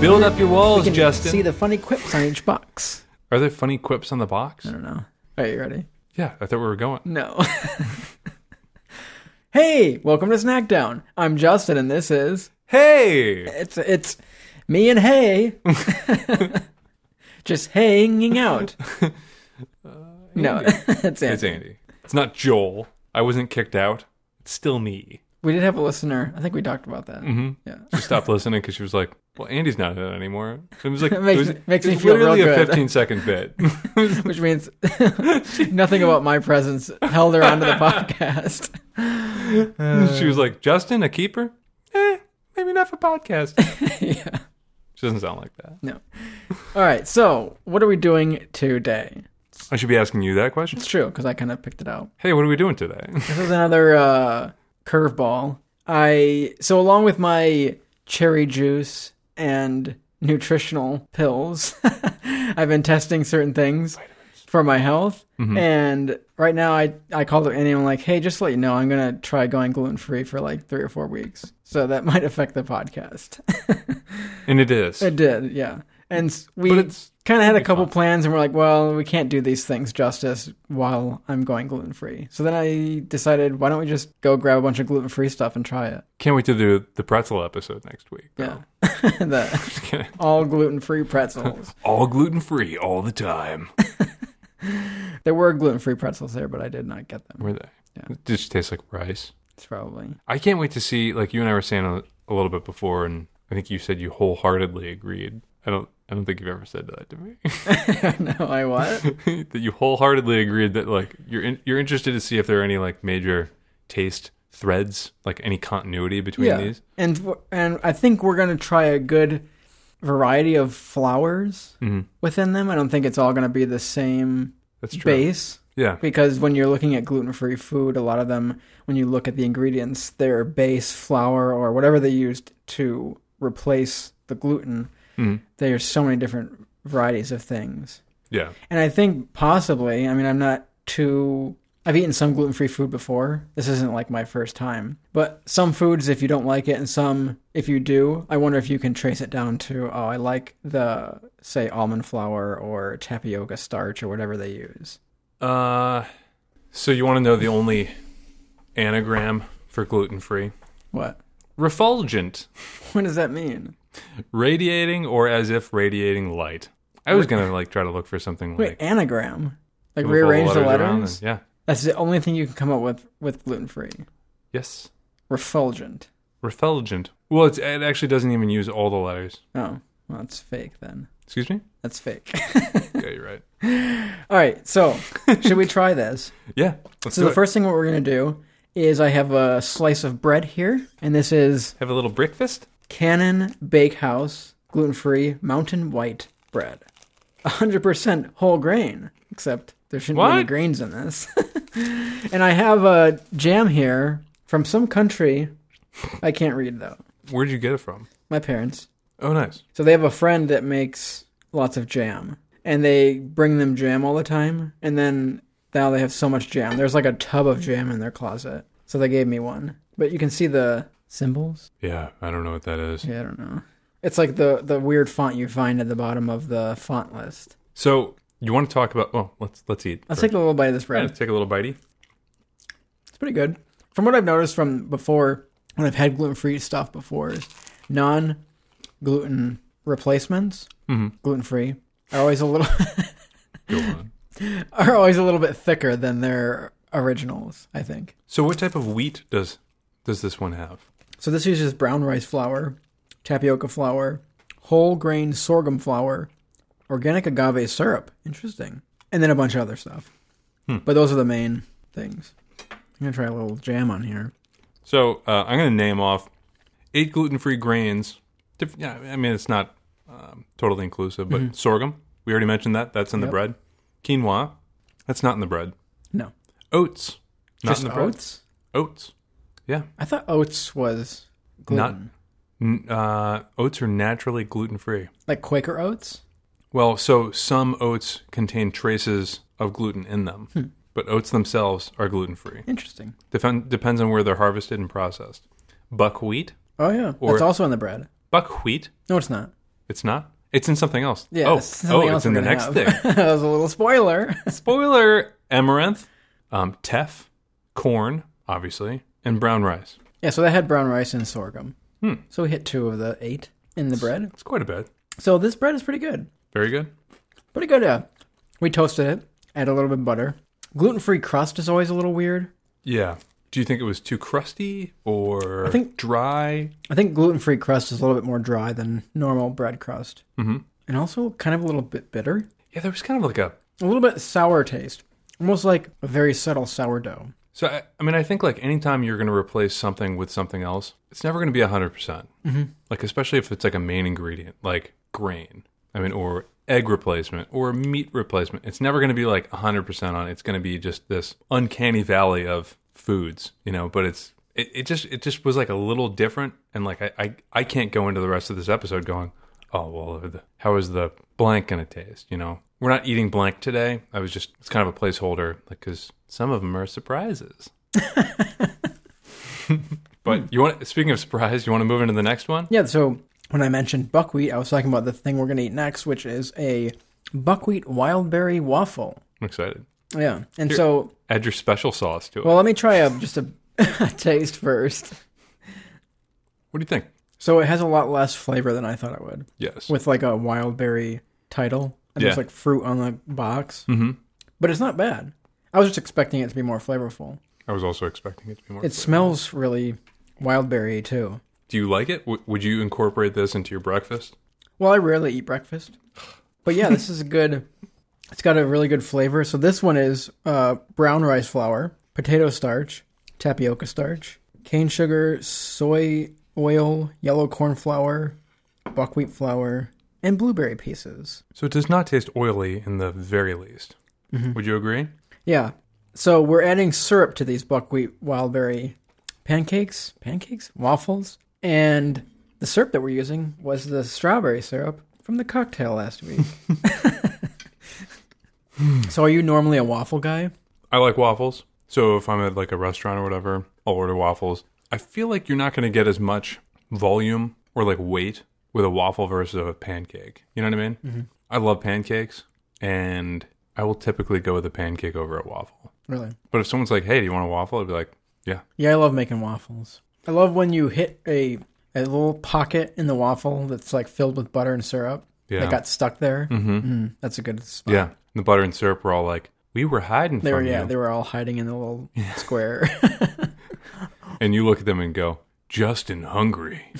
Build up your walls, can Justin. see the funny quips on each box. Are there funny quips on the box? I don't know. Are you ready? Yeah, I thought we were going. No. hey, welcome to Snackdown. I'm Justin, and this is Hey, it's it's me and Hey, just hanging out. Uh, no, it's it's Andy. Andy. It's not Joel. I wasn't kicked out. It's still me. We did have a listener. I think we talked about that. Mhm. Mm-hmm. Yeah. She stopped listening because she was like, "Well, Andy's not in it anymore." It was like It makes- it was, makes it me was feel real literally a good. fifteen-second bit. Which means nothing about my presence held her onto the podcast. she was like, "Justin, a keeper? Eh, maybe not for podcast." yeah. She doesn't sound like that. All right. So, what are we doing today? I should be asking you that question. It's true because I kind of picked it out. Hey, what are we doing today? This is another uh, curveball. I so along with my cherry juice and nutritional pills, I've been testing certain things for my health. Mm-hmm. And right now, I I called up Annie. I'm like, hey, just to let you know, I'm gonna try going gluten free for like three or four weeks. So that might affect the podcast. and it is. It did, yeah. And s- we But it's- kind of had a couple fun. plans, and we're like, well, we can't do these things justice while I'm going gluten free. So then I decided, why don't we just go grab a bunch of gluten free stuff and try it? Can't wait to do the pretzel episode next week. though. Yeah. the Just kidding. all gluten free pretzels. All gluten free all the time. there were gluten free pretzels there, but I did not get them. Were they? Yeah. It just tastes like rice. It's probably. I can't wait to see. Like you and I were saying a, a little bit before, and I think you said you wholeheartedly agreed. I don't. I don't think you've ever said that to me. no, I what? that you wholeheartedly agreed that like you're in, you're interested to see if there are any like major taste threads, like any continuity between yeah. these. And, w- and I think we're going to try a good variety of flours within them. I don't think it's all going to be the same Mm-hmm. That's true. base. Yeah. because when you're looking at gluten-free food a lot of them when you look at the ingredients their base flour or whatever they used to replace the gluten Mhm. there's so many different varieties of things Yeah. and i think possibly i mean i'm not too i've eaten some gluten-free food before this isn't like my first time but some foods if you don't like it and some if you do i wonder if you can trace it down to oh i like the say almond flour or tapioca starch or whatever they use Uh, so you want to know the only anagram for gluten free? what Refulgent. What does that mean? radiating or as if radiating light. I was gonna like try to look for something Wait, like anagram. Like move all rearrange the letters. around and- yeah. That's the only thing you can come up with with gluten free. Yes. Refulgent. Refulgent. Well, it's, it actually doesn't even use all the letters. Oh, well, that's fake then. Excuse me. That's fake. Yeah, you're right. All right, so should we try this? Yeah. Let's So do the it. first thing what we're gonna do is I have a slice of bread here, and this is Have a little breakfast. Cannon Bakehouse gluten free mountain white bread, 100% whole grain. Except there shouldn't be any What? grains in this. and I have a jam here from some country. I can't read though. Where'd you get it from? My parents. Oh, nice. So they have a friend that makes lots of jam, and they bring them jam all the time. And then now they have so much jam. There's like a tub of jam in their closet. So they gave me one. But you can see the symbols. Yeah, I don't know what that is. Yeah, I don't know. It's like the the weird font you find at the bottom of the font list. So you want to talk about? Oh, let's let's eat. Let's first. take a little bite of this Yeah, bread. let's take a little bitey. It's pretty good. From what I've noticed from before, when I've had gluten free stuff before, is non gluten replacements, gluten free, are always a little Go on. are always a little bit thicker than their originals. I think. So what type of wheat does does this one have? So this uses brown rice flour, tapioca flour, whole grain sorghum flour, organic agave syrup. Interesting. And then a bunch of other stuff. Hmm. But those are the main things. I'm gonna try a little jam on here. So uh, I'm going to name off eight gluten-free grains. Diff- yeah, I mean it's not um, totally inclusive, but sorghum. We already mentioned that. That's in the Mm-hmm. Yep. bread. Quinoa. That's not in the bread. No, Oats. Not just in the bread. oats. Oats. Yeah. I thought oats was gluten, N- uh, oats are naturally gluten-free. like Quaker oats. Well, so some oats contain traces of gluten in them, Hmm. but oats themselves are gluten-free. Interesting. Defen- depends on where they're harvested and processed. Buckwheat. Oh yeah, Or- that's also in the bread. Buckwheat No, it's not. It's not. It's in something else. Yeah, oh, something oh, else it's in the we're gonna next have. thing. that was a little spoiler. Spoiler: amaranth, um, teff, corn, obviously, and brown rice. yeah, so that had brown rice and sorghum. Hmm. So we hit two of the eight in the bread. It's quite a bit. So this bread is pretty good. Very good. Pretty good. Uh, we toasted it, add a little bit of butter. Gluten free crust is always a little weird. Yeah. Do you think it was too crusty or I think- dry? I think gluten free crust is a little bit more dry than normal bread crust, Mm-hmm. and also kind of a little bit bitter, Yeah, there was kind of like a. a little bit sour taste, almost like a very subtle sourdough. So I, I mean, I think like anytime you're going to replace something with something else, it's never going to be hundred percent. Like especially if it's like a main ingredient, like grain. I mean, or egg replacement or meat replacement. It's never going to be like hundred percent on. it. It's going to be just this uncanny valley of foods, you know. But it's it, it just it just was like a little different, and like I, I I can't go into the rest of this episode going, oh well the, how is the blank going to taste you know we're not eating blank today i was just it's kind of a placeholder like because some of them are surprises but you want speaking of surprise you want to move into the next one Yeah, so when I mentioned buckwheat, I was talking about the thing we're going to eat next, which is a buckwheat wild berry waffle. i'm excited Yeah. And so, add your special sauce to it well, let me try a, just a, a taste first. what do you think So it has a lot less flavor than I thought it would yes with like a wild berry title. And there's Yeah. like fruit on the box, mm-hmm. but it's not bad. I was just expecting it to be more flavorful. i was also expecting it to be more It smells really wild berry too. do you like it w- would you incorporate this into your breakfast Well, I rarely eat breakfast, but yeah, this is a good. It's got a really good flavor. So this one is uh, brown rice flour, potato starch, tapioca starch, cane sugar, soy oil, yellow corn flour, buckwheat flour, and blueberry pieces. so it does not taste oily in the very least Mm-hmm. would you agree Yeah. So we're adding syrup to these buckwheat wild berry pancakes, pancakes, waffles, and the syrup that we're using was the strawberry syrup from the cocktail last week. so are you normally a waffle guy? I like waffles. So if I'm at like a restaurant or whatever, I'll order waffles. I feel like you're not going to get as much volume or like weight with a waffle versus a pancake. You know what I mean? Mm-hmm. I love pancakes and I will typically go with a pancake over a waffle. Really? But if someone's like, hey, do you want a waffle? I'd be like, yeah. Yeah, I love making waffles. I love when you hit a a little pocket in the waffle that's like filled with butter and syrup Yeah. that got stuck there. Mm-hmm. that's a good spot. yeah. And the butter and syrup were all like, we were hiding They were from yeah, you. they were all hiding in the little square. and you look at them and go, Justin hungry.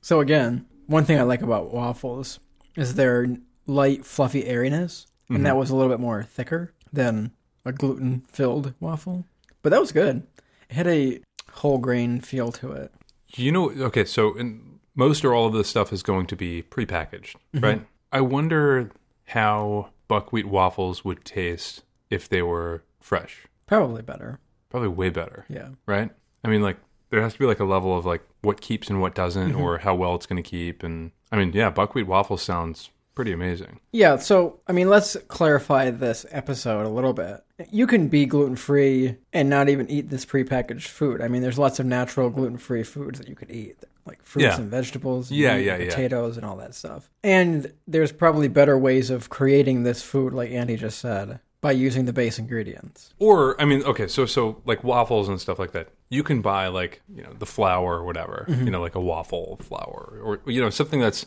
So again, one thing I like about waffles is their light, fluffy airiness, and that was a little bit more thicker than a gluten-filled waffle. But that was good. It had a whole grain feel to it. You know, okay, so in, most or all of this stuff is going to be prepackaged, right? I wonder how buckwheat waffles would taste if they were fresh. Probably better. Probably way better, Yeah. right? I mean, like there has to be like a level of like what keeps and what doesn't, or how well it's going to keep. And I mean, yeah, buckwheat waffle sounds pretty amazing. Yeah, so I mean, let's clarify this episode a little bit. You can be gluten free and not even eat this prepackaged food. I mean, there's lots of natural gluten free foods that you could eat, like fruits Yeah. and vegetables, and Yeah, meat, yeah, and yeah. potatoes, and all that stuff. And there's probably better ways of creating this food, like Andy just said, by using the base ingredients. Or I mean, okay, so so like waffles and stuff like that. You can buy like you know the flour or whatever, you know, like a waffle flour or you know something that's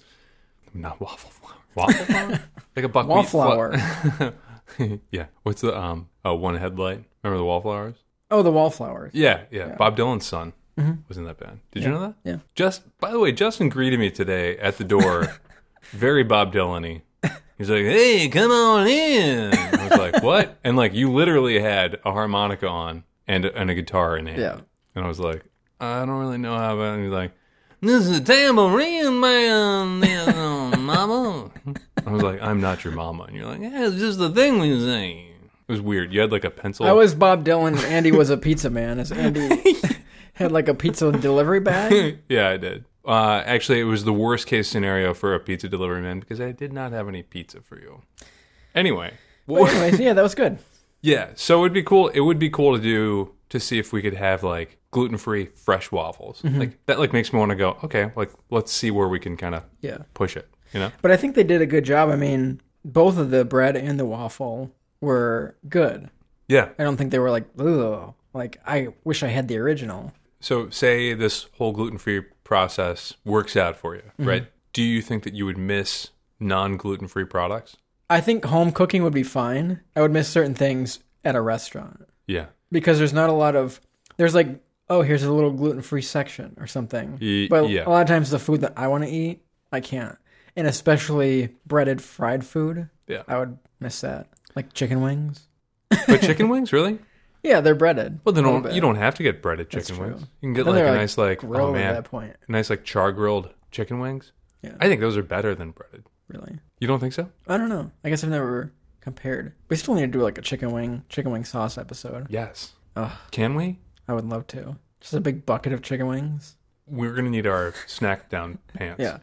not waffle flour, waffle flour, like a buckwheat Wallflower. flour. yeah, what's the um uh, one headlight? Remember the wallflowers? oh, the wallflowers. Yeah, yeah. Bob Dylan's son was in that band. Did you know that? Mm-hmm. yeah. Just by the way, Justin greeted me today at the door, very Bob Dylan-y. He's like, "Hey, come on in." I was like, "What?" And like, you literally had a harmonica on and and a guitar in hand. Yeah. And I was like, "I don't really know how." About it. And he's like, "This is a tambourine man, you know, mama." I was like, "I'm not your mama," and you're like, "Yeah, it's just the thing we say." It was weird. You had like a pencil. I was Bob Dylan, and Andy was a pizza man, as Andy had like a pizza delivery bag. yeah, I did. Uh, actually, it was the worst case scenario for a pizza delivery man because I did not have any pizza for you. Anyway, But anyways, yeah, that was good. yeah. So it'd be cool. It would be cool to do to see if we could have like gluten free fresh waffles. Like that like makes me want to go, okay, like let's see where we can kind of Yeah. push it, you know? But I think they did a good job. I mean, both of the bread and the waffle were good. Yeah. I don't think they were like, ugh, like I wish I had the original. So say this whole gluten-free process works out for you, right? Do you think that you would miss non-gluten-free products? I think home cooking would be fine. I would miss certain things at a restaurant Yeah. because there's not a lot of there's like oh here's a little gluten free section or something. Y- but yeah. a lot of times the food that I want to eat I can't, and especially breaded fried food. Yeah. I would miss that like chicken wings. But chicken wings, really? Yeah, they're breaded. Well, then A little don't, bit. you don't have to get breaded That's chicken true. wings. You can get Then like a they're, like, nice like oh grilled at man, that point. nice like char grilled chicken wings. Yeah. I think those are better than breaded. Really, You don't think so? I don't know. I guess I've never compared. We still need to do like a chicken wing chicken wing sauce episode. Yes. Ugh. Can we? I would love to. Just a big bucket of chicken wings. We're gonna need our snack down pants. Yeah.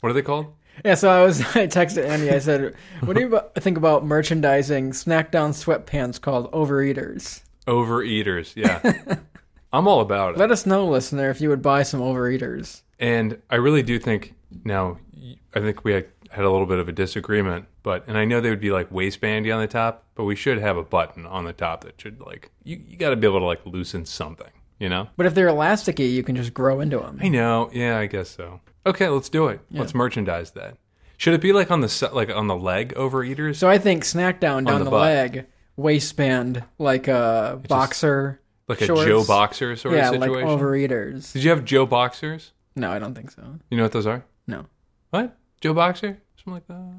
What are they called? Yeah, so I was I texted Andy. I said, "What do you abo- think about merchandising Snackdown sweatpants called Overeaters?" Overeaters. Yeah. I'm all about it. Let us know, listener, if you would buy some Overeaters. And I really do think now, y- I think we had, had a little bit of a disagreement, but, and I know they would be like waistbandy on the top, but we should have a button on the top that should like, you, you got to be able to like loosen something, you know? But if they're elasticy, you can just grow into them. I know. Yeah, I guess so. Okay, let's do it. Let's merchandise that. Should it be like on the, se- like on the leg overeaters? So I think Snackdown down the the, butt. leg, waistband like a boxer. like a shorts. Joe Boxer sort yeah, of like situation? Overeaters. Did you have Joe Boxers? No, I don't think so. You know what those are? No, What? Joe Boxer? Something like that.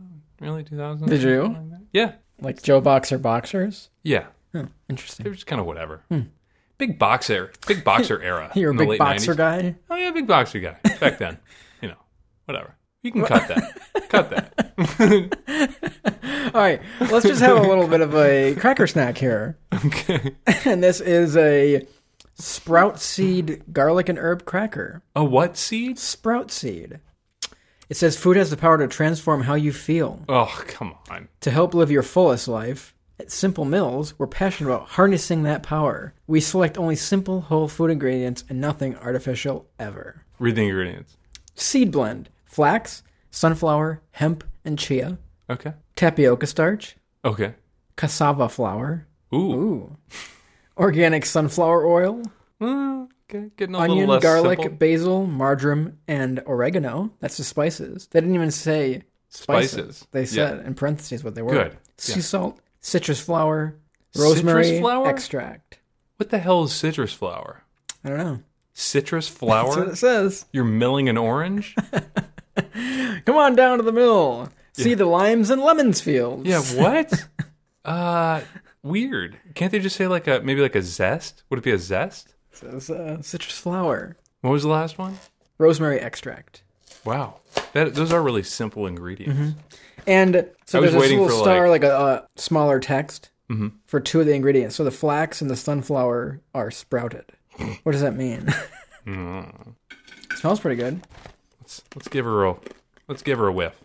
Early 2000s? Did you? Something like that? Yeah. like Joe Boxer boxers. Yeah. Huh, They interesting. were just kind of whatever. Big boxer, big boxer era. Hmm. You're a in the big late boxer 90s. guy. Oh yeah, big boxer guy back then. you know, whatever. You can cut that. cut that. All right, let's just have a little bit of a cracker snack here. Okay. And this is a sprout seed garlic and herb cracker. A what seed? Sprout seed. It says food has the power to transform how you feel. Oh come on. To help live your fullest life, at Simple Mills, we're passionate about harnessing that power. We select only simple whole food ingredients and nothing artificial ever. Read the ingredients. Seed blend flax, sunflower, hemp, and chia, Okay. tapioca starch, Okay. cassava flour, Ooh. ooh, organic sunflower oil, Mm, okay. Getting a little onion, less garlic, simple. basil, marjoram, and oregano. That's the spices. They didn't even say spices. Spices. They Yeah. said in parentheses what they were. Good. Sea salt, citrus flower, rosemary flower? extract. What the hell is citrus flower? I don't know. Citrus That's what flower? it says. You're milling an orange? Come on down to the mill. See the limes and lemons fields. Yeah. What? uh, weird. Can't they just say like a maybe like a zest? Would it be a zest? It says uh, citrus flower, What was the last one? rosemary extract. Wow, that those are really simple ingredients. Mm-hmm. And so I was there's this waiting little for, Mm-hmm. star, like, a, uh smaller text for two of the ingredients. So the flax and the sunflower are sprouted. what does that mean? Mm. Smells pretty good. Let's let's give her a let's give her a whiff.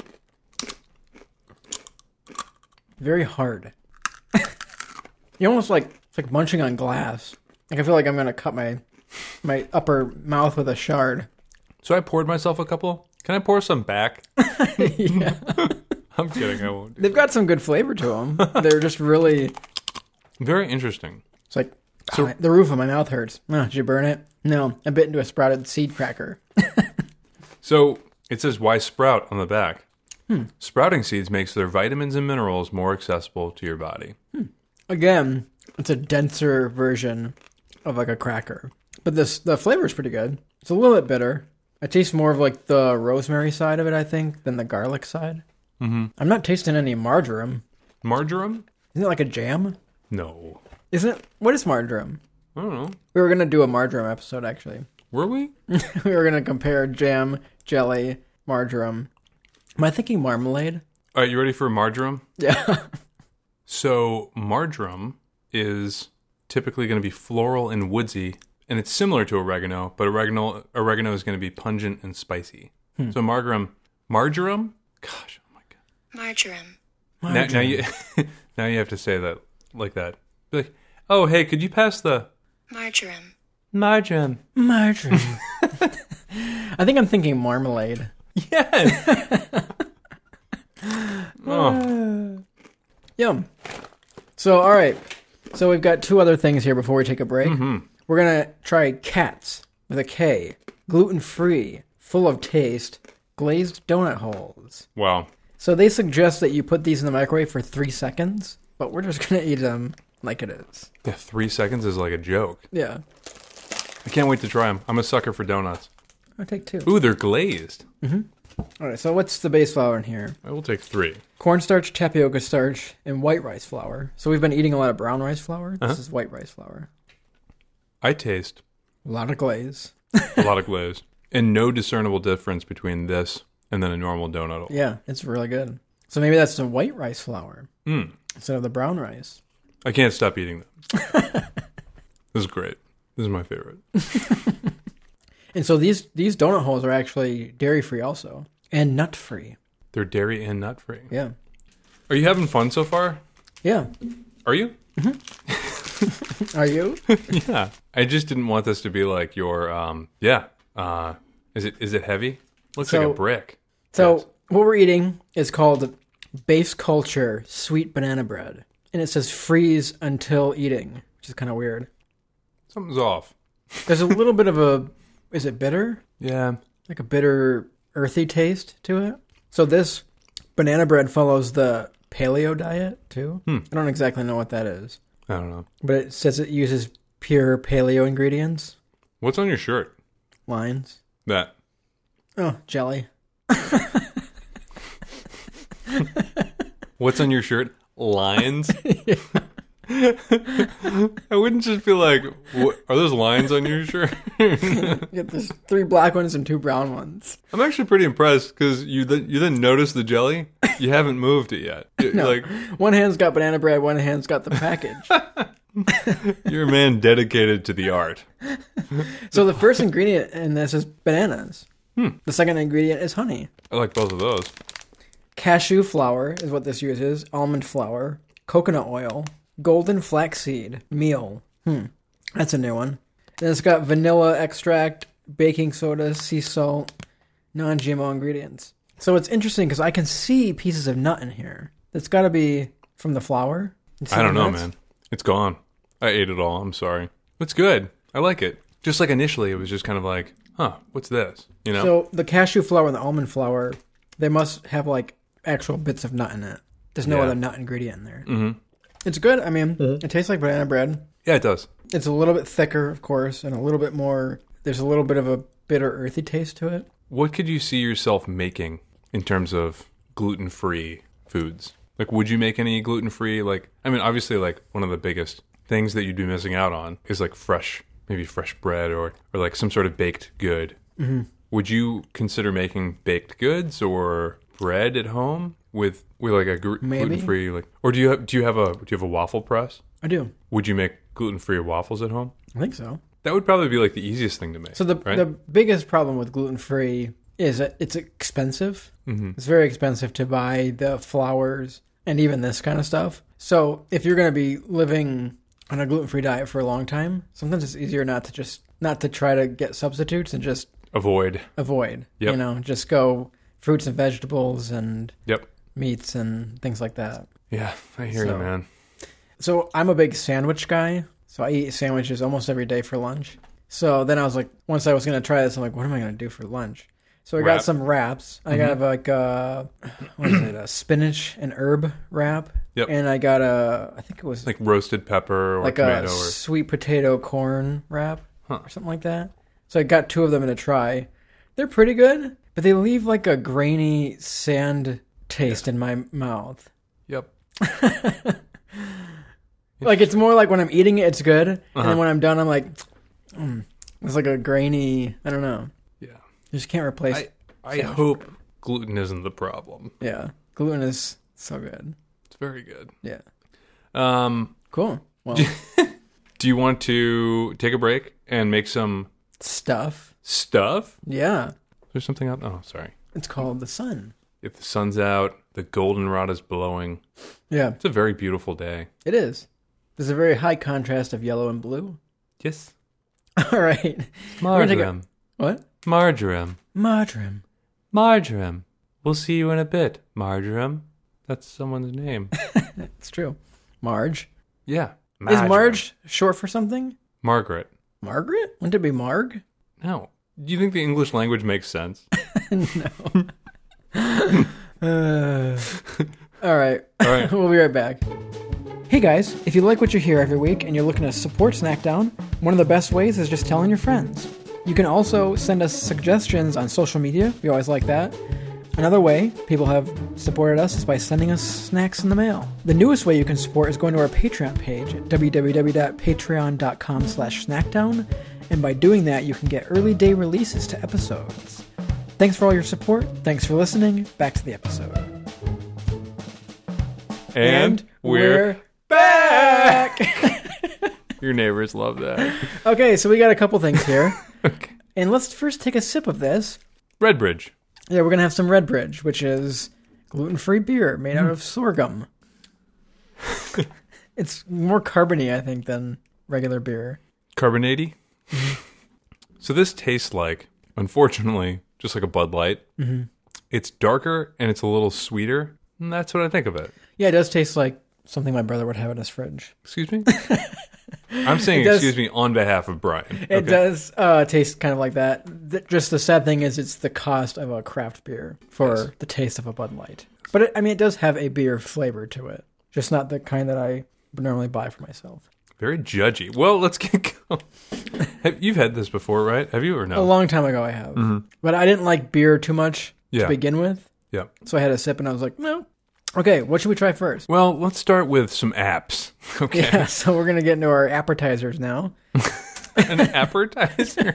Very hard. you almost like it's like munching on glass. Like I feel like I'm gonna cut my my upper mouth with a shard. So I poured myself a couple. Can I pour some back? yeah. I'm kidding. I won't. They've got some good flavor to them. They're just really. It's Very interesting. like "Ah, the roof of my mouth hurts. Oh, did you burn it? No, I bit into a sprouted seed cracker. So it says why sprout on the back. Sprouting seeds makes their vitamins and minerals more accessible to your body. again, it's a denser version of like a cracker. But this the flavor is pretty good. It's a little bit bitter. I taste more of like the rosemary side of it, I think, than the garlic side. Mm-hmm. I'm not tasting any marjoram. Marjoram? Isn't it like a jam? No, Isn't it? What is marjoram? I don't know. We were gonna do a marjoram episode actually. Were we? we were gonna compare jam, jelly, marjoram. Am I thinking marmalade? All right, you ready for marjoram? Yeah. So marjoram is typically going to be floral and woodsy, and it's similar to oregano, but oregano oregano is going to be pungent and spicy. So marjoram, marjoram, gosh, oh my god! Marjoram. Now, now you now you have to say that like that. Be like, oh hey, could you pass the Marjoram. Margarine. Margarine. Mm. I think I'm thinking marmalade. Yes. oh, Yum. So, all right. So we've got two other things here before we take a break. Mm-hmm. We're gonna try cats with a K, gluten free, full of taste, glazed donut holes. wow. So they suggest that you put these in the microwave for three seconds, but we're just gonna eat them like it is. Yeah, three seconds is like a joke. Yeah, I can't wait to try them. I'm a sucker for donuts. I'll take two. Ooh, they're glazed. All right. So what's the base flour in here? I will take three. Cornstarch, tapioca starch, and white rice flour. So we've been eating a lot of brown rice flour. This is white rice flour. I taste A lot of glaze. a lot of glaze and no discernible difference between this and then a normal donut. hole. Yeah, it's really good. So maybe that's the white rice flour instead of the brown rice. I can't stop eating them. this is great. This is my favorite. And so these these donut holes are actually dairy free also and nut free. They're dairy and nut free. Yeah, Are you having fun so far? yeah. Are you? Are you? Yeah. I just didn't want this to be like your um yeah. Uh is it is it heavy? Looks like So- a brick. So Yes. what we're eating is called Base Culture Sweet Banana Bread, and it says freeze until eating, which is kind of weird. Something's off. There's a little bit of a is it bitter? Yeah. like a bitter earthy taste to it. So this banana bread follows the paleo diet too. I don't exactly know what that is, I don't know. but it says it uses pure paleo ingredients. What's on your shirt? Lines. That. Oh, jelly. What's on your shirt? Lines. I wouldn't just be like, what, are those lines on your shirt? You get this three black ones and two brown ones. I'm actually pretty impressed because you th- you didn't notice the jelly. You haven't moved it yet. You're, Like One hand's got banana bread, one hand's got the package. you're a man dedicated to the art. so the first ingredient in this is bananas. The second ingredient is honey. I like both of those. Cashew flour is what this uses, almond flour, coconut oil, golden flaxseed meal. Hmm. That's a new one. And it's got vanilla extract, baking soda, sea salt, non GMO ingredients. So it's interesting because I can see pieces of nut in here. It's got to be from the flour. It's I don't know, nuts. man. It's gone. I ate it all. I'm sorry. It's good. I like it. Just like initially, it was just kind of like, huh, what's this? You know? So the cashew flour and the almond flour, they must have like actual bits of nut in it. There's no Yeah. other nut ingredient in there. Mm-hmm. It's good. I mean, it tastes like banana bread. yeah, it does. It's a little bit thicker, of course, and a little bit more. There's a little bit of a bitter, earthy taste to it. What could you see yourself making in terms of gluten free foods? Like, would you make any gluten free? Like, I mean, obviously, like one of the biggest things that you'd be missing out on is like fresh, maybe fresh bread or or like some sort of baked good. Mm-hmm. Would you consider making baked goods or bread at home with with like a Maybe. gluten free like? Or do you have do you have a do you have a waffle press? I do. Would you make gluten free waffles at home? I think so. That would probably be like the easiest thing to make. So the right? the biggest problem with gluten free is that it's expensive. Mm-hmm. It's very expensive to buy the flours and even this kind of stuff. So if you're going to be living on a gluten free diet for a long time, sometimes it's easier not to just not to try to get substitutes and just avoid. avoid. Yep. You know, just go fruits and vegetables and Yep. meats and things like that. Yeah, I hear So- you, man. So I'm a big sandwich guy. So I eat sandwiches almost every day for lunch. So then I was like, once I was gonna try this, I'm like, what am I gonna do for lunch? So I got Wrap. Mm-hmm. some wraps. I got like a what is it, a spinach and herb wrap, Yep. and I got a I think it was like, like roasted pepper or a tomato or sweet potato corn wrap Huh. or something like that. So I got two of them to try. They're pretty good, but they leave like a grainy sand taste in my mouth. yep Like it's more like when I'm eating it, it's good, and then when I'm done, I'm like, mm. it's like a grainy. I don't know. yeah You just can't replace. i i hope gluten isn't the problem yeah, gluten is so good. it's very good Yeah, um cool. Well, do you want to take a break and make some stuff. stuff Yeah, there's something out oh sorry it's called the sun. if the sun's out the goldenrod is blowing Yeah, it's a very beautiful day it is. There's a very high contrast of yellow and blue. yes All right. We're gonna take a- Marjoram. What? Marjoram. Marjoram. Marjoram. We'll see you in a bit, Marjoram. That's someone's name. It's true. Marge. Yeah. Is Marge short for something? Margaret. Margaret? Wouldn't it be Marg? No. Do you think the English language makes sense? Uh, all right. All right. we'll be right back. Hey guys, if you like what you hear every week and you're looking to support Snackdown, one of the best ways is just telling your friends. You can also send us suggestions on social media. We always like that. Another way people have supported us is by sending us snacks in the mail. The newest way you can support is going to our Patreon page at www.patreon.com slash snackdown, and by doing that you can get early day releases to episodes. Thanks for all your support. Thanks for listening. Back to the episode. And we're back. your neighbors love that. okay, so we got a couple things here, Okay. and let's first take a sip of this. Redbridge. Yeah, we're gonna have some Red Bridge, which is gluten-free beer made Mm. out of sorghum. it's more carbony, I think, than regular beer. Carbonati. so this tastes like, unfortunately, just like a Bud Light. Mm-hmm. It's darker and it's a little sweeter. And that's what I think of it. Yeah, it does taste like something my brother would have in his fridge. Excuse me? I'm saying It does- excuse me on behalf of Brian. It does uh, taste kind of like that. Th- just the sad thing is, it's the cost of a craft beer for the taste of a Bud Light. But it, I mean, it does have a beer flavor to it, just not the kind that I would normally buy for myself. Very judgy. Well, let's get going. Have, you've had this before, right? Have you or A no? long time ago, I have, but I didn't like beer too much Mm-hmm. Yeah. to begin with, Yeah. so I had a sip and I was like, no. Okay, what should we try first? Well, let's start with some apps. Okay. Yeah, so we're gonna get into our appetizers now. An appetizer.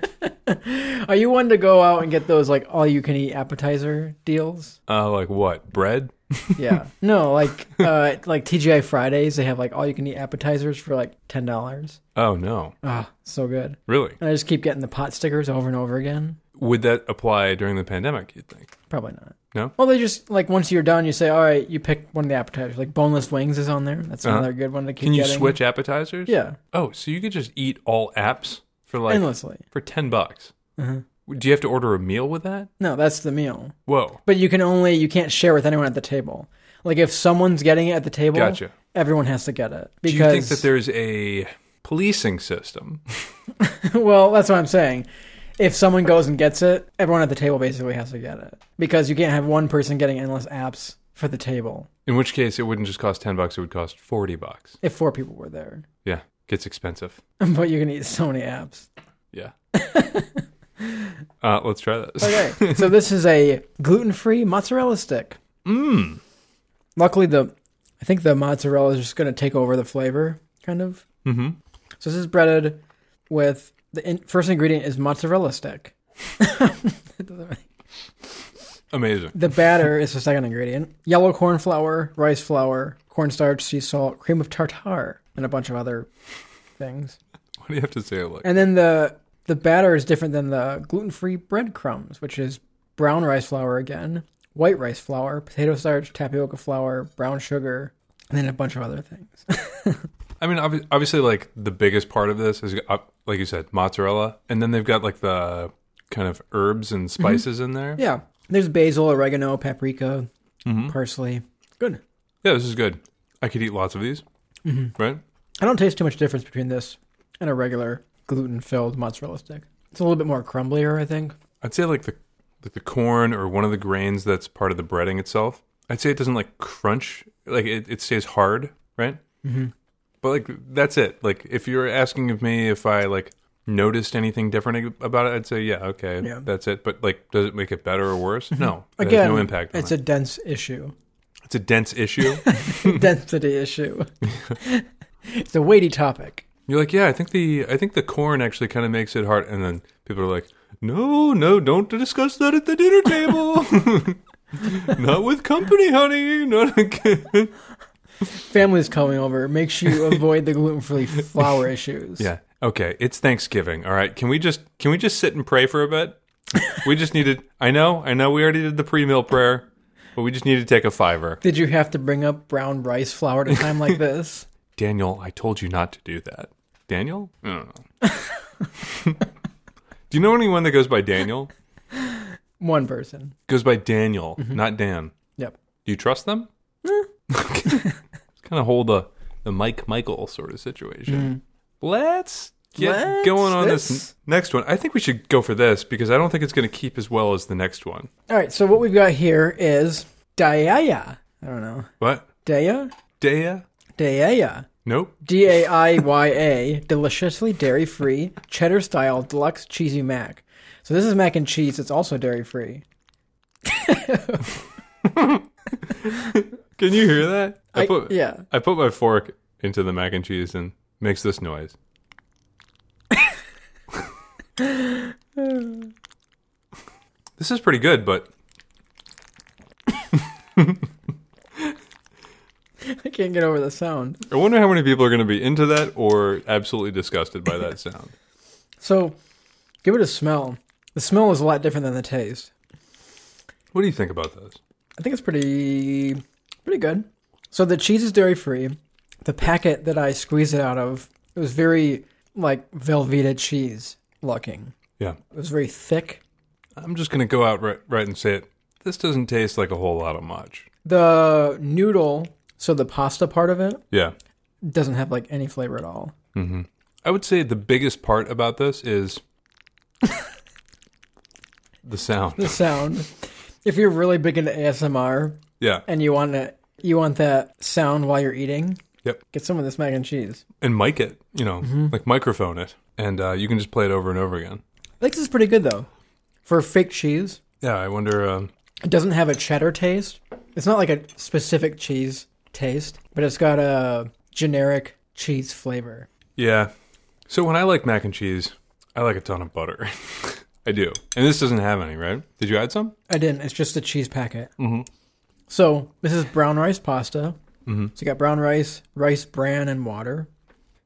Are you one to go out and get those like all you can eat appetizer deals? Uh, like what? Bread? Yeah. No, like uh like TGI Fridays, they have like all you can eat appetizers for like ten dollars. Oh, no. Ah, so good. Really? And I just keep getting the pot stickers over and over again. Would that apply during the pandemic, you'd think? Probably not. No? Well, they just like once you're done, you say, "All right, you pick one of the appetizers." Like boneless wings is on there. That's Uh-huh. another good one to keep. Can you getting. switch appetizers? Yeah, Oh, so you could just eat all apps for like endlessly. for 10 bucks. Uh-huh. Do you have to order a meal with that? No, that's the meal. Whoa. But you can only you can't share with anyone at the table. Like if someone's getting it at the table, Gotcha. everyone has to get it. Because Do you think that there's a policing system? Well, that's what I'm saying. If someone goes and gets it, everyone at the table basically has to get it because you can't have one person getting endless apps for the table In which case, it wouldn't just cost 10 bucks, it would cost 40 bucks. if four people were there. Yeah, gets expensive. But you can eat so many apps. Yeah. uh, let's try this. Okay, so this is a gluten-free mozzarella stick. Mmm. Luckily, the I think the mozzarella is just going to take over the flavor, kind of. Mm-hmm. So this is breaded with the in, first ingredient is mozzarella stick. Amazing. The batter is the second ingredient. Yellow corn flour, rice flour, cornstarch, sea salt, cream of tartar, and a bunch of other things. What do you have to say? Like, And then the the batter is different than the gluten-free breadcrumbs, which is brown rice flour again, white rice flour, potato starch, tapioca flour, brown sugar, and then a bunch of other things. I mean, obvi- obviously, like the biggest part of this is, uh, like you said, mozzarella, and then they've got like the kind of herbs and spices in there. Mm-hmm. yeah, Mm-hmm. there's basil, oregano, paprika, parsley. Good. Yeah, this is good. I could eat lots of these, Mm-hmm. right? I don't taste too much difference between this and a regular gluten-filled mozzarella stick. It's a little bit more crumblier, I think. I'd say like the like the corn or one of the grains that's part of the breading itself. I'd say it doesn't like crunch, like it, it stays hard, right? Mm-hmm. But like that's it. Like if you're asking of me if I like noticed anything different about it, I'd say yeah, okay, Yeah. Mm-hmm. that's it. But like, does it make it better or worse? No, it Again, has no impact. On It's it. a dense issue, it's a dense issue. density issue. it's a weighty topic. You're like, yeah, I think the I think the corn actually kind of makes it hard, and then people are like, no, no, don't discuss that at the dinner table. Not with company, honey. Not again. Family's coming over. Make sure you avoid the gluten-free flour issues. yeah. Okay. It's Thanksgiving. All right. Can we just can we just sit and pray for a bit? We just needed. I know. I know. We already did the pre meal prayer, but we just need to take a fiver. Did you have to bring up brown rice flour at a time like this? Daniel, I told you not to do that. Daniel. I don't know. Do you know anyone that goes by Daniel? One person. Goes by Daniel, not Dan. Yep. Do you trust them? Eh. it's kind of whole the the Mike Michael sort of situation. Let's get Hmm. Let's going on this- this n- next one. I think we should go for this because I don't think it's going to keep as well as the next one. All right. So what we've got here is Daya. I don't know. What? Daya? Dea? Daya. Nope. D A I Y A, deliciously dairy free, cheddar style deluxe cheesy mac. So this is mac and cheese. It's also dairy free. Can you hear that? I- put yeah. I put my fork into the mac and cheese and makes this noise. this is pretty good, but I can't get over the sound. I wonder how many people are going to be into that or absolutely disgusted by that sound. So give it a smell. The smell is a lot different than the taste. What do you think about this? I think it's pretty pretty good. So the cheese is dairy free. The packet that I squeezed it out of, it was very like Velveeta cheese looking. Yeah. It was very thick. I'm just going to go out right, right and say it. This doesn't taste like a whole lot of much. The noodle, so the pasta part of it, Yeah. doesn't have like any flavor at all. I would say the biggest part about this is the sound. The sound. if you're really big into ASMR Yeah. and you want to you want that sound while you're eating, Yep. get some of this mac and cheese. And mic it, you know, like microphone it. And uh, you can just play it over and over again. I think this is pretty good though. For fake cheese, Yeah. I wonder. Um, It doesn't have a cheddar taste. It's not like a specific cheese taste, but it's got a generic cheese flavor. yeah. So when I like mac and cheese, I like a ton of butter. I do. And this doesn't have any, right? Did you add some? I didn't. It's just a cheese packet. Mm-hmm. So this is brown rice pasta. Mm-hmm. So you got brown rice, rice bran, and water,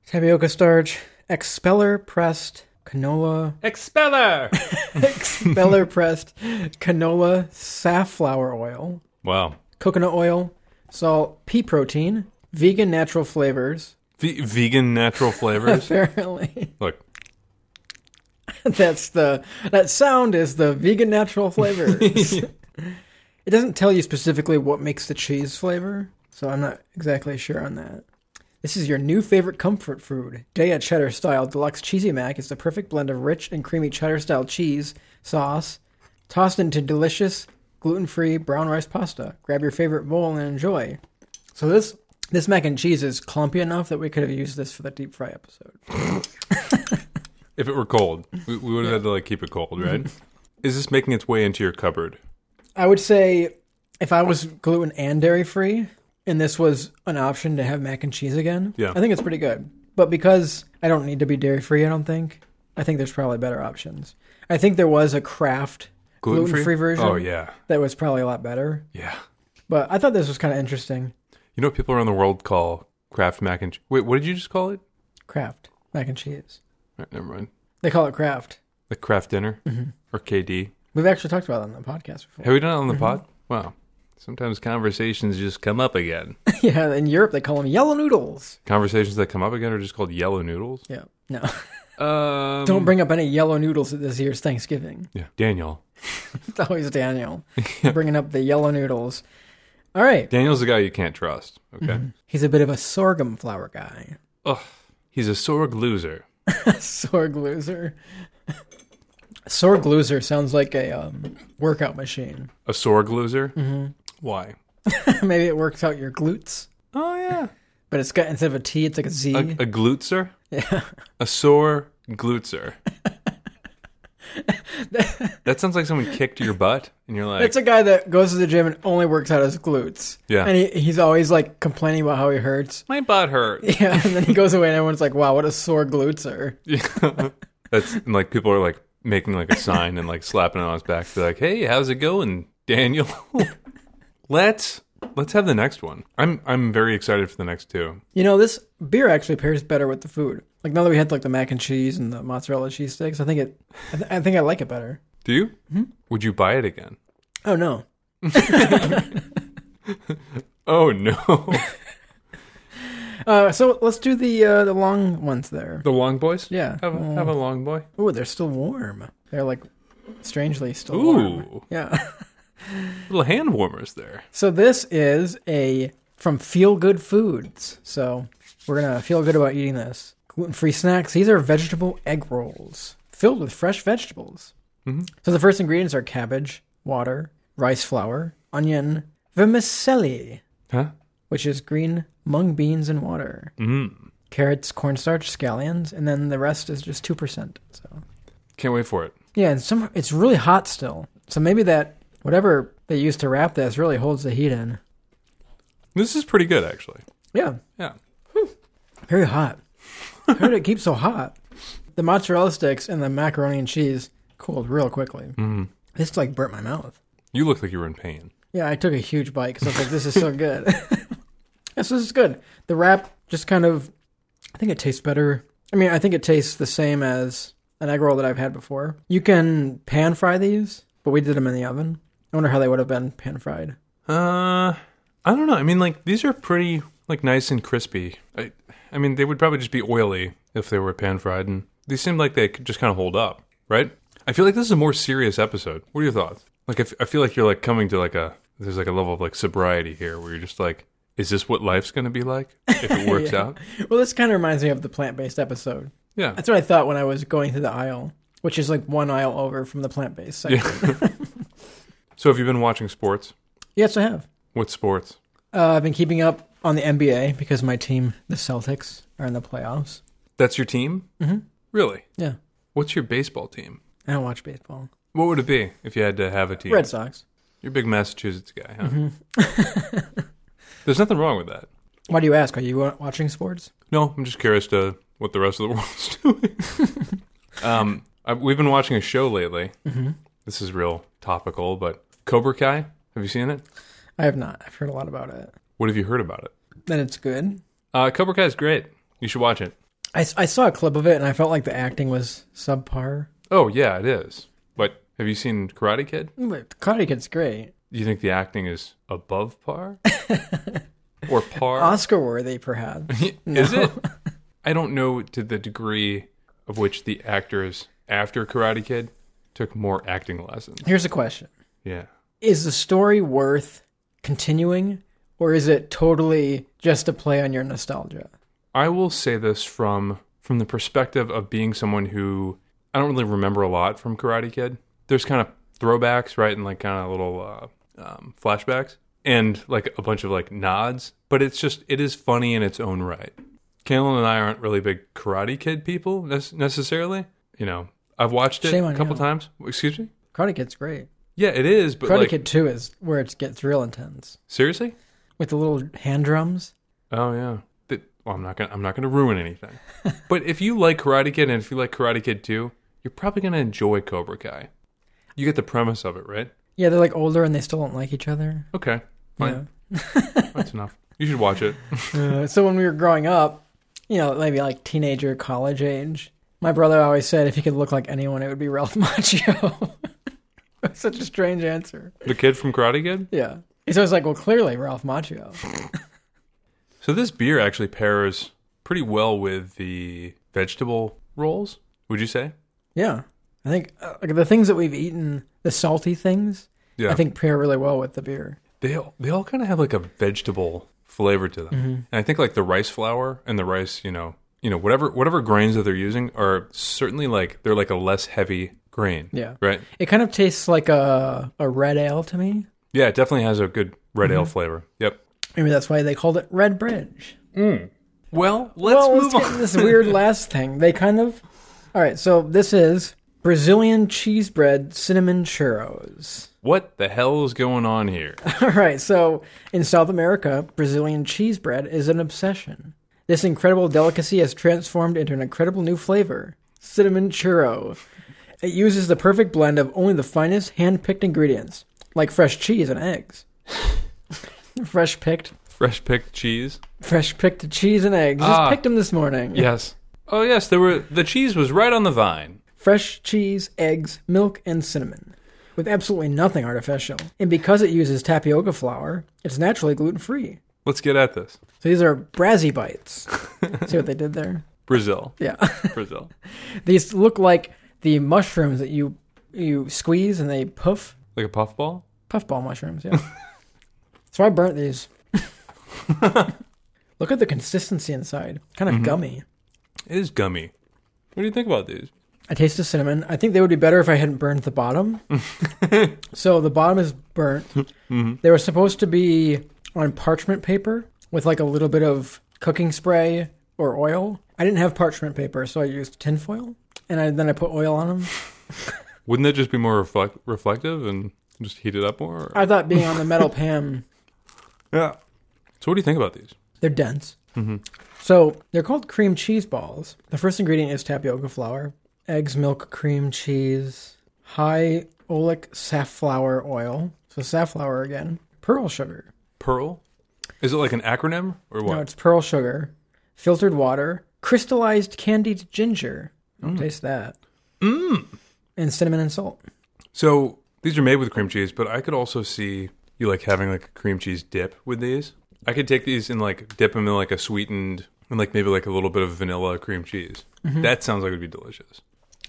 tapioca starch, expeller pressed canola, Expeller! expeller pressed canola, safflower oil, wow. coconut oil, salt, pea protein, vegan natural flavors. V- vegan natural flavors. Apparently. Look, That's the that sound is the vegan natural flavors. it doesn't tell you specifically what makes the cheese flavor, so I'm not exactly sure on that. This is your new favorite comfort food. Daya cheddar style deluxe cheesy mac is the perfect blend of rich and creamy cheddar style cheese sauce tossed into delicious gluten-free brown rice pasta. Grab your favorite bowl and enjoy. So this this mac and cheese is clumpy enough that we could have used this for the deep fry episode. If it were cold, we, we would have had to like keep it cold, right? Mm-hmm. Is this making its way into your cupboard? I would say if I was gluten and dairy free, and this was an option to have mac and cheese again, Yeah. I think it's pretty good. But because I don't need to be dairy free, I don't think. I think there's probably better options. I think there was a craft gluten free version Oh yeah, that was probably a lot better. yeah. But I thought this was kind of interesting. You know what people around the world call craft mac and cheese? Wait, what did you just call it? Craft mac and cheese. Right, never mind. They call it craft. The craft dinner Mm-hmm. or KD. We've actually talked about it on the podcast before. Have we done it on the Mm-hmm. pod? Wow. Sometimes conversations just come up again. yeah, in Europe they call them yellow noodles. conversations that come up again are just called yellow noodles. Yeah. No. Um, don't bring up any yellow noodles at this year's Thanksgiving. Yeah, Daniel. It's always Daniel bringing up the yellow noodles. All right. Daniel's the guy you can't trust. Okay. He's a bit of a sorghum flour guy. Ugh. He's a sorg loser. Sorg loser. Sorg loser sounds like a um, workout machine. A sorg loser. Mm-hmm. Why? Maybe it works out your glutes, Oh yeah. but it's got instead of a T, it's like a Z. A, a glutzer? Yeah. A sore glutzer. that sounds like someone kicked your butt and you're like, It's a guy that goes to the gym and only works out his glutes. Yeah. And he, he's always like complaining about how he hurts. my butt hurt. Yeah. And then he goes away and everyone's like, wow, what a sore glutzer. That's and like people are like making like a sign and like slapping it on his back. They're like, hey, how's it going, Daniel? let's let's have the next one. I'm I'm very excited for the next two. You know, this beer actually pairs better with the food. Like now that we had like the mac and cheese and the mozzarella cheese sticks, I think it, I, th- I think I like it better. Do you? Would you buy it again? Oh no, Oh no. Uh, so let's do the uh, the long ones there. The long boys? Yeah. Have, a Well, have a long boy. Ooh, they're still warm. They're like strangely still warm. Ooh, Yeah. little hand warmers there. So this is a from Feel Good Foods. So we're gonna feel good about eating this. Gluten-free snacks. These are vegetable egg rolls filled with fresh vegetables. Mhm. So the first ingredients are cabbage, water, rice flour, onion, vermicelli, Huh? which is green mung beans and water, Mm. carrots, cornstarch, scallions, and then the rest is just two percent. So Can't wait for it. yeah, and some it's really hot still. So maybe that whatever they used to wrap this really holds the heat in. This is pretty good, actually. Yeah. Yeah. Very hot. How did it keep so hot? The mozzarella sticks and the macaroni and cheese cooled real quickly. Mm. This like burnt my mouth. You look like you were in pain. Yeah, I took a huge bite because I was like, this is so good. yes, this is good. The wrap just kind of, I think it tastes better. I mean, I think it tastes the same as an egg roll that I've had before. You can pan fry these, but we did them in the oven. I wonder how they would have been pan fried. Uh, I don't know. I mean, like these are pretty like nice and crispy. I, I mean, they would probably just be oily if they were pan fried, and these seem like they could just kind of hold up, right? I feel like this is a more serious episode. What are your thoughts? Like, I f- I feel like you're like coming to like a there's like a level of like sobriety here where you're just like, is this what life's gonna be like if it works Yeah. out? Well, this kind of reminds me of the plant based episode. Yeah. That's what I thought when I was going through the aisle, which is like one aisle over from the plant based section. Yeah. so have you been watching sports? Yes, I have. What sports? Uh, I've been keeping up on the NBA because my team, the Celtics, are in the playoffs. That's your team? Mhm. Really? Yeah. What's your baseball team? I don't watch baseball. What would it be if you had to have a team? Red Sox. You're a big Massachusetts guy, huh? Mm-hmm. There's nothing wrong with that. Why do you ask? Are you wa- watching sports? No, I'm just curious to what the rest of the world's doing. um, I, we've been watching a show lately. Mm-hmm. This is real topical, but Cobra Kai. Have you seen it? I have not. I've heard a lot about it. What have you heard about it? Then it's good. Uh, Cobra Kai is great. You should watch it. I, s- I saw a clip of it and I felt like the acting was subpar. Oh yeah, it is. But have you seen Karate Kid? But Karate Kid's great. Do you think the acting is above par or par? Oscar worthy, perhaps. Is it? I don't know to the degree of which the actors after Karate Kid took more acting lessons. Here's a question Yeah. Is the story worth continuing or is it totally just a play on your nostalgia? I will say this from from the perspective of being someone who I don't really remember a lot from Karate Kid. There's kind of throwbacks, right, and like kind of little uh, um, flashbacks, and like a bunch of like nods. But it's just it is funny in its own right. Kalen and I aren't really big Karate Kid people nes- necessarily. You know, I've watched it Shame a on couple you. times. Excuse me. Karate Kid's great. Yeah, it is, but Karate like Kid 2 is where it gets real intense seriously. with the little hand drums. Oh yeah. That, well, I'm not gonna I'm not gonna ruin anything. but if you like Karate Kid and if you like Karate Kid 2, you're probably gonna enjoy Cobra Kai. You get the premise of it, right? Yeah, they're like older and they still don't like each other. Okay, fine. That's enough. You should watch it. Yeah. Uh, so when we were growing up, you know, maybe like teenager, college age, my brother always said if he could look like anyone, it would be Ralph Macchio. Such a strange answer. The kid from Karate Kid. Yeah. He's always like, well, clearly Ralph Macchio. So this beer actually pairs pretty well with the vegetable rolls. Would you say? Yeah. I think uh, like the things that we've eaten, the salty things, Yeah. I think pair really well with the beer. they all, they all kind of have like a vegetable flavor to them. And I think like the rice flour and the rice, you know, you know whatever whatever grains that they're using are certainly like they're like a less heavy grain. Yeah. Right? It kind of tastes like a, a red ale to me. Yeah, it definitely has a good red ale flavor. Yep. Maybe that's why they called it Red Bridge. Well, let's well, move let's get on. to this weird last thing. They kind of. All right, so this is Brazilian cheese bread cinnamon churros. What the hell is going on here? All right, so in South America, Brazilian cheese bread is an obsession. This incredible delicacy has transformed into an incredible new flavor cinnamon churro. It uses the perfect blend of only the finest hand picked ingredients, like fresh cheese and eggs. fresh picked. Fresh picked cheese? Fresh picked cheese and eggs. Just Ah. picked them this morning. Yes. Oh yes, there were the cheese was right on the vine. fresh cheese, eggs, milk, and cinnamon, with absolutely nothing artificial. And because it uses tapioca flour, it's naturally gluten free. Let's get at this. So these are Brazzy bites. See what they did there? Brazil. Yeah. Brazil. these look like the mushrooms that you you squeeze and they puff. Like a puffball? Puffball mushrooms, yeah. so I burnt these. Look at the consistency inside. Kind of gummy. It is gummy. What do you think about these? I taste the cinnamon. I think they would be better if I hadn't burned the bottom. so the bottom is burnt. They were supposed to be on parchment paper with like a little bit of cooking spray or oil. I didn't have parchment paper, so I used tinfoil. And I, then I put oil on them. Wouldn't that just be more reflect- reflective and just heat it up more? or- I thought being on the metal pan, yeah. So what do you think about these? they're dense. Mm-hmm. So they're called cream cheese balls. The first ingredient is tapioca flour, eggs, milk, cream cheese, high oleic safflower oil. So safflower again, pearl sugar. Pearl? Is it like an acronym or what? No, it's pearl sugar, filtered water, crystallized candied ginger. Don't Mm. taste that. Mmm. And cinnamon and salt. So these are made with cream cheese, but I could also see you like having like a cream cheese dip with these. I could take these and like dip them in like a sweetened and like maybe like a little bit of vanilla cream cheese. That sounds like it'd be delicious.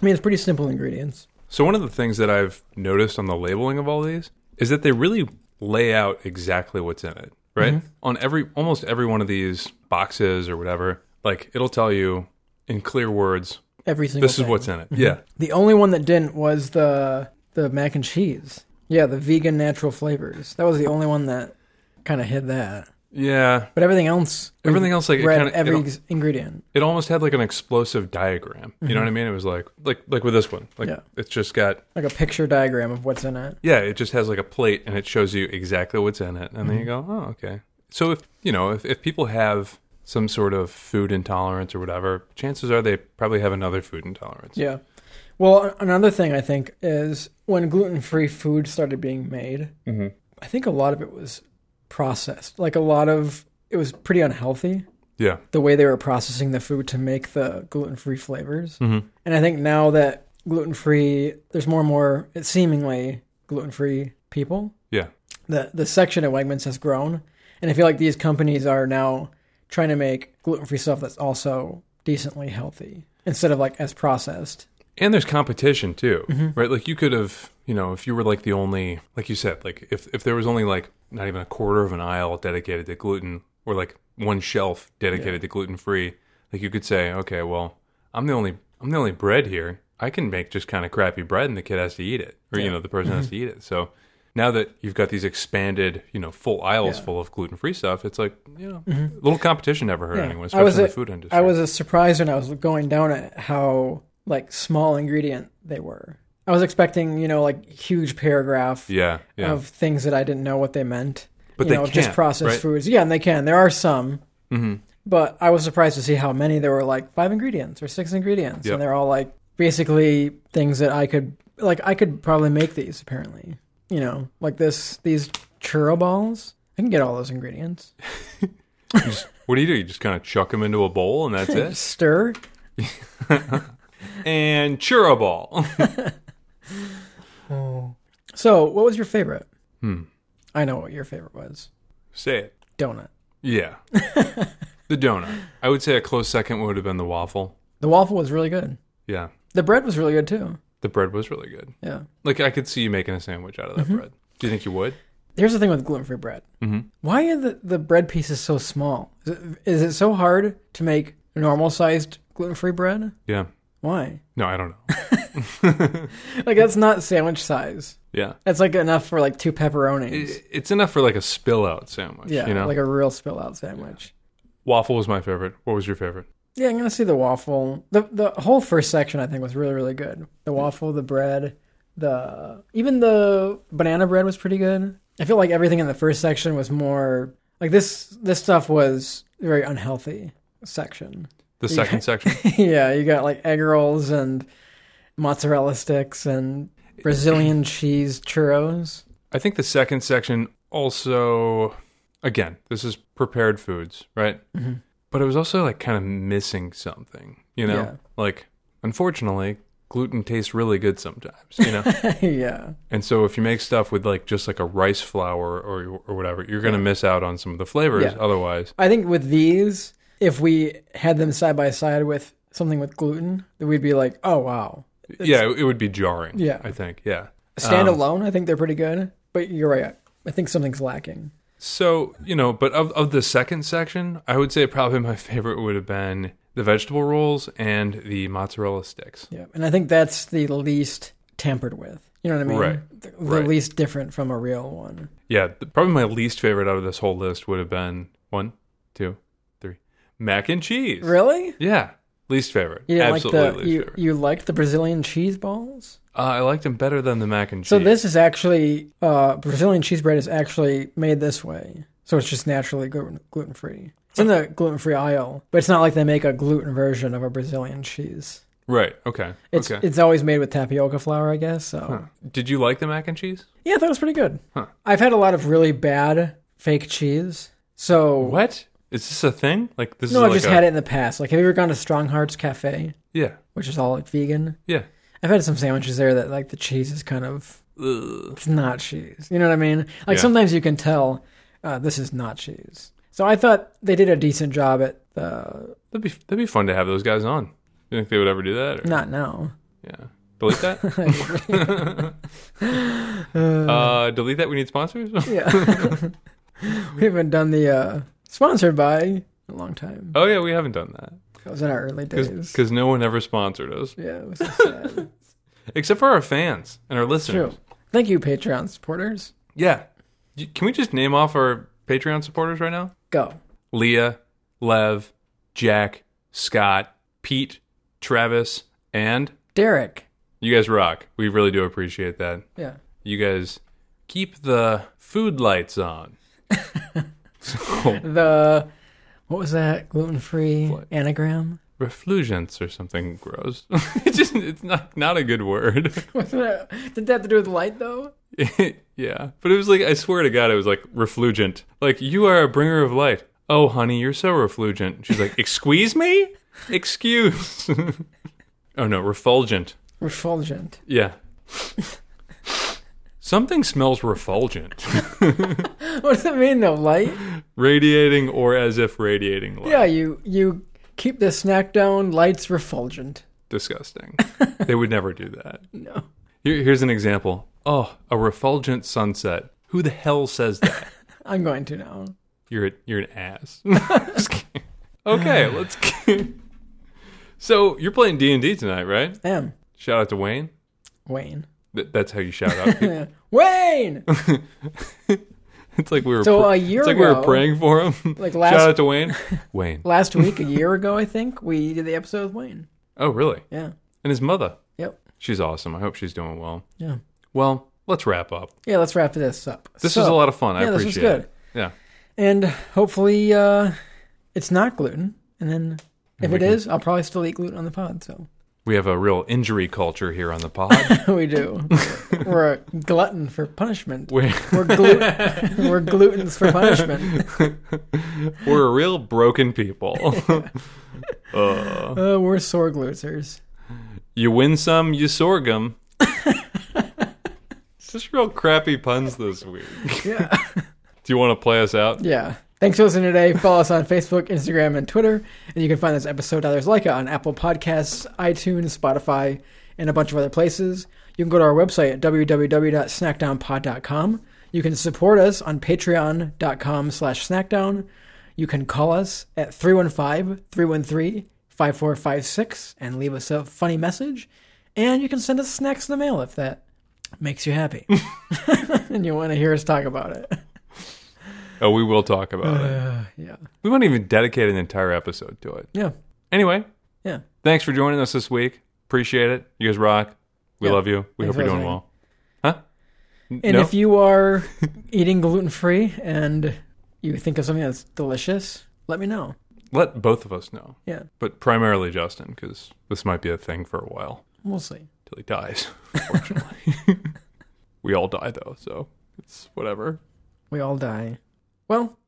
I mean, it's pretty simple ingredients. So one of the things that I've noticed on the labeling of all these is that they really lay out exactly what's in it, right? On every almost every one of these boxes or whatever, like it'll tell you in clear words Every single. this is thing. what's in it. Yeah. The only one that didn't was the the mac and cheese. Yeah, the vegan natural flavors. That was the only one that kind of hid that. Yeah. But everything else, we Everything else, like, it read kinda- every it'll- ex- ingredient. it almost had like an explosive diagram. You know what I mean? It was like like like with this one. Like Yeah. it's just got Like a picture diagram of what's in it. yeah, it just has like a plate and it shows you exactly what's in it. And then you go, Oh, okay. So if you know, if, if people have some sort of food intolerance or whatever, chances are they probably have another food intolerance. Yeah. Well, a- another thing I think is when gluten free food started being made, Mhm. I think a lot of it was processed. Like a lot of it was pretty unhealthy Yeah. the way they were processing the food to make the gluten free flavors. Mhm. And I think now that gluten free, there's more and more it's seemingly gluten free people. Yeah. The the section at Wegmans has grown, and I feel like these companies are now trying to make gluten free stuff that's also decently healthy instead of like as processed. And there's competition too. Mm-hmm. Right? Like you could have you know, if you were like the only like you said, like if if there was only like not even a quarter of an aisle dedicated to gluten or like one shelf dedicated to gluten free, like you could say, Okay, well, I'm the only I'm the only bread here. I can make just kind of crappy bread and the kid has to eat it. Or you know, the person Mm-hmm. has to eat it. So now that you've got these expanded, you know, full aisles Yeah. Mm-hmm. full of gluten free stuff, it's like, you know, a little competition never hurt Yeah. anyone, especially I was in a- the food industry. I was surprised when I was going down at how like small ingredient they were. I was expecting, you know, like huge paragraph yeah, yeah. of things that I didn't know what they meant. But you they know, just can't, processed right? Mm-hmm. foods. Yeah, and they can. There are some. But I was surprised to see how many there were like five ingredients or six ingredients. Yep. And they're all like basically things that I could like I could probably make these apparently. You know, like this these churro balls. I can get all those ingredients. What do you do? You just kind of chuck them into a bowl and that's it? Stir. and churro ball. So what was your favorite? Hmm. I know what your favorite was. Say it. Donut. Yeah. the donut. I would say a close second would have been the waffle. The waffle was really good. Yeah. The bread was really good too. The bread was really good. Yeah. Like I could see you making a sandwich out of that Mm-hmm. bread. Do you think you would? Here's the thing with gluten free bread. Mm-hmm. Why are the, the bread pieces so small? Is it, is it so hard to make normal sized gluten free bread? Yeah. Why? No, I don't know. Like that's not sandwich size. Yeah. That's like enough for like two pepperonis. I- It's enough for like a spill out sandwich. yeah, Eh, You know? like a real spill out sandwich. waffle was my favorite. What was your favorite? Yeah. I'm gonna see the waffle. the The whole first section I think was really really good. The waffle, the bread, the even the banana bread was pretty good. I feel like everything in the first section was more like this. This stuff was very unhealthy section. The second section. yeah, you got like egg rolls and mozzarella sticks and Brazilian cheese churros. I think the second section also, again, this is prepared foods, right? Mm-hmm. But it was also like kind of missing something, you know? Yeah. Like, unfortunately, gluten tastes really good sometimes, you know? yeah. and so if you make stuff with like just like a rice flour or, or whatever, you're going to miss out on some of the flavors Yeah. otherwise. I think with these, if we had them side by side with something with gluten, then we'd be like, oh, wow. yeah, it would be jarring. Yeah. I think. Yeah. Um, Standalone, I think they're pretty good. But you're right. I think something's lacking. So, you know, but of, of the second section, I would say probably my favorite would have been the vegetable rolls and the mozzarella sticks. Yeah. And I think that's the least tampered with. You know what I mean? Right. The, the Right. least different from a real one. Yeah, th- probably my least favorite out of this whole list would have been one, two, three. Mac and cheese. Really? Yeah. Least favorite. You didn't Absolutely like the least you, favorite. you liked the Brazilian cheese balls? Uh, I liked them better than the mac and cheese. So this is actually uh, Brazilian cheese bread is actually made this way. So it's just naturally gluten gluten free. It's in the gluten free aisle, but it's not like they make a gluten version of a Brazilian cheese. Right. Okay. It's okay. it's always made with tapioca flour, I guess. So Did you like the mac and cheese? yeah, I thought it was pretty good. Huh. I've had a lot of really bad fake cheese. So What? Is this a thing? Like this no, is I've like just a, had it in the past. Like, have you ever gone to Strong Hearts Cafe, Yeah. which is all like vegan? Yeah. I've had some sandwiches there that like the cheese is kind of Ugh. it's not cheese. You know what I mean? Like Yeah. sometimes you can tell uh, this is not cheese. So I thought they did a decent job at the That'd be that'd be fun to have those guys on. You think they would ever do that? Or, not now. Yeah. Delete that. uh, delete that. We need sponsors. Yeah, we haven't done the uh, sponsored by in a long time. oh yeah, we haven't done that That was in our early days. because no one ever sponsored us yeah, it was so sad. except for our fans and our listeners. True. Thank you, Patreon supporters. Yeah. Y- Can we just name off our Patreon supporters right now? Go. Leah, Lev, Jack, Scott, Pete, Travis, and Derek. you guys rock. We really do appreciate that. Yeah. You guys keep the food lights on. so, The what was that? Gluten free What? anagram? reflugence or something gross. it's just it's not not a good word. Was that, did that have to do with light though? yeah. But it was like I swear to god it was like reflugent. Like you are a bringer of light. Oh honey, you're so reflugent. She's like, "Excuse me? Excuse." oh no, refulgent. Refulgent. Yeah. Something smells refulgent, What does that mean though? Light? radiating or as if radiating light. Yeah, you you keep the snack down, lights refulgent. Disgusting. they would never do that. No. Here, here's an example. Oh, a refulgent sunset. Who the hell says that? I'm going to now. You're a, you're an ass. Just kidding. okay, let's. Get... So you're playing D and D tonight, right? M. Shout out to Wayne. Wayne. Th- that's how you shout out. Wayne. it's like we were. So pr- a year it's like we ago, were praying for him. like shout last out to Wayne. Wayne. last week, a year ago, I think we did the episode with Wayne. Oh, really? Yeah. And his mother. Yep. She's awesome. I hope she's doing well. Yeah. Well, let's wrap up. Yeah. Let's wrap this up. This So- was a lot of fun. I yeah, this was appreciate good. it. Yeah. and hopefully uh, it's not gluten. And then if we it can- is, I'll probably still eat gluten on the pod. So We have a real injury culture here on the pod. we do. We're a glutton for punishment. We're, We're gluten. We're glutens for punishment. we're a real broken people. Uh, we're sore gluters. You win some, you sorghum. it's just real crappy puns this week. Yeah. Do you want to play us out? Yeah. Thanks for listening today. Follow us on Facebook, Instagram, and Twitter. And you can find this episode, Others Like It, on Apple Podcasts, iTunes, Spotify, and a bunch of other places. You can go to our website at www.snackdownpod.com. You can support us on patreon.com slash snackdown. You can call us at 315-313-5456 and leave us a funny message. And you can send us snacks in the mail if that makes you happy. and you want to hear us talk about it. Oh, we will talk about it. Uh, yeah. We won't even dedicate an entire episode to it. Yeah. Anyway, Yeah. thanks for joining us this week. Appreciate it. You guys rock. We Yeah. love you. We Thanks hope for you're doing listening. well. Huh? N- And no? if you are eating gluten free and you think of something that's delicious, let me know. Let both of us know, Yeah, but primarily Justin, because this might be a thing for a while we'll see. till he dies. Unfortunately, we all die though, so it's whatever. We all die. Well,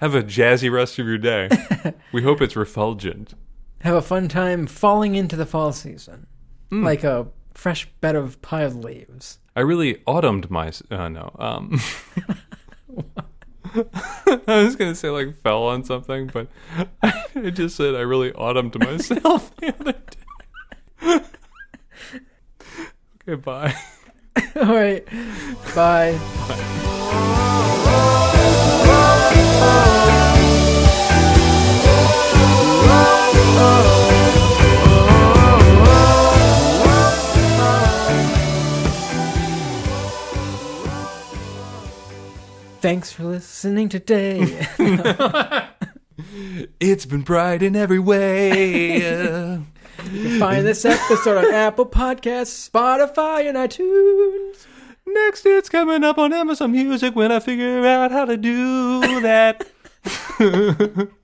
Have a jazzy rest of your day. we hope it's refulgent. have a fun time falling into the fall season, like a fresh bed of piled leaves. I really autumned my. Uh, no. Um, I was going to say, like, fell on something, but I, I just said I really autumned myself the other day. okay, bye. All right, bye. Thanks for listening today. It's been bright in every way. Find this episode on Apple Podcasts, Spotify, and iTunes. Next, it's coming up on Amazon Music when I figure out how to do that.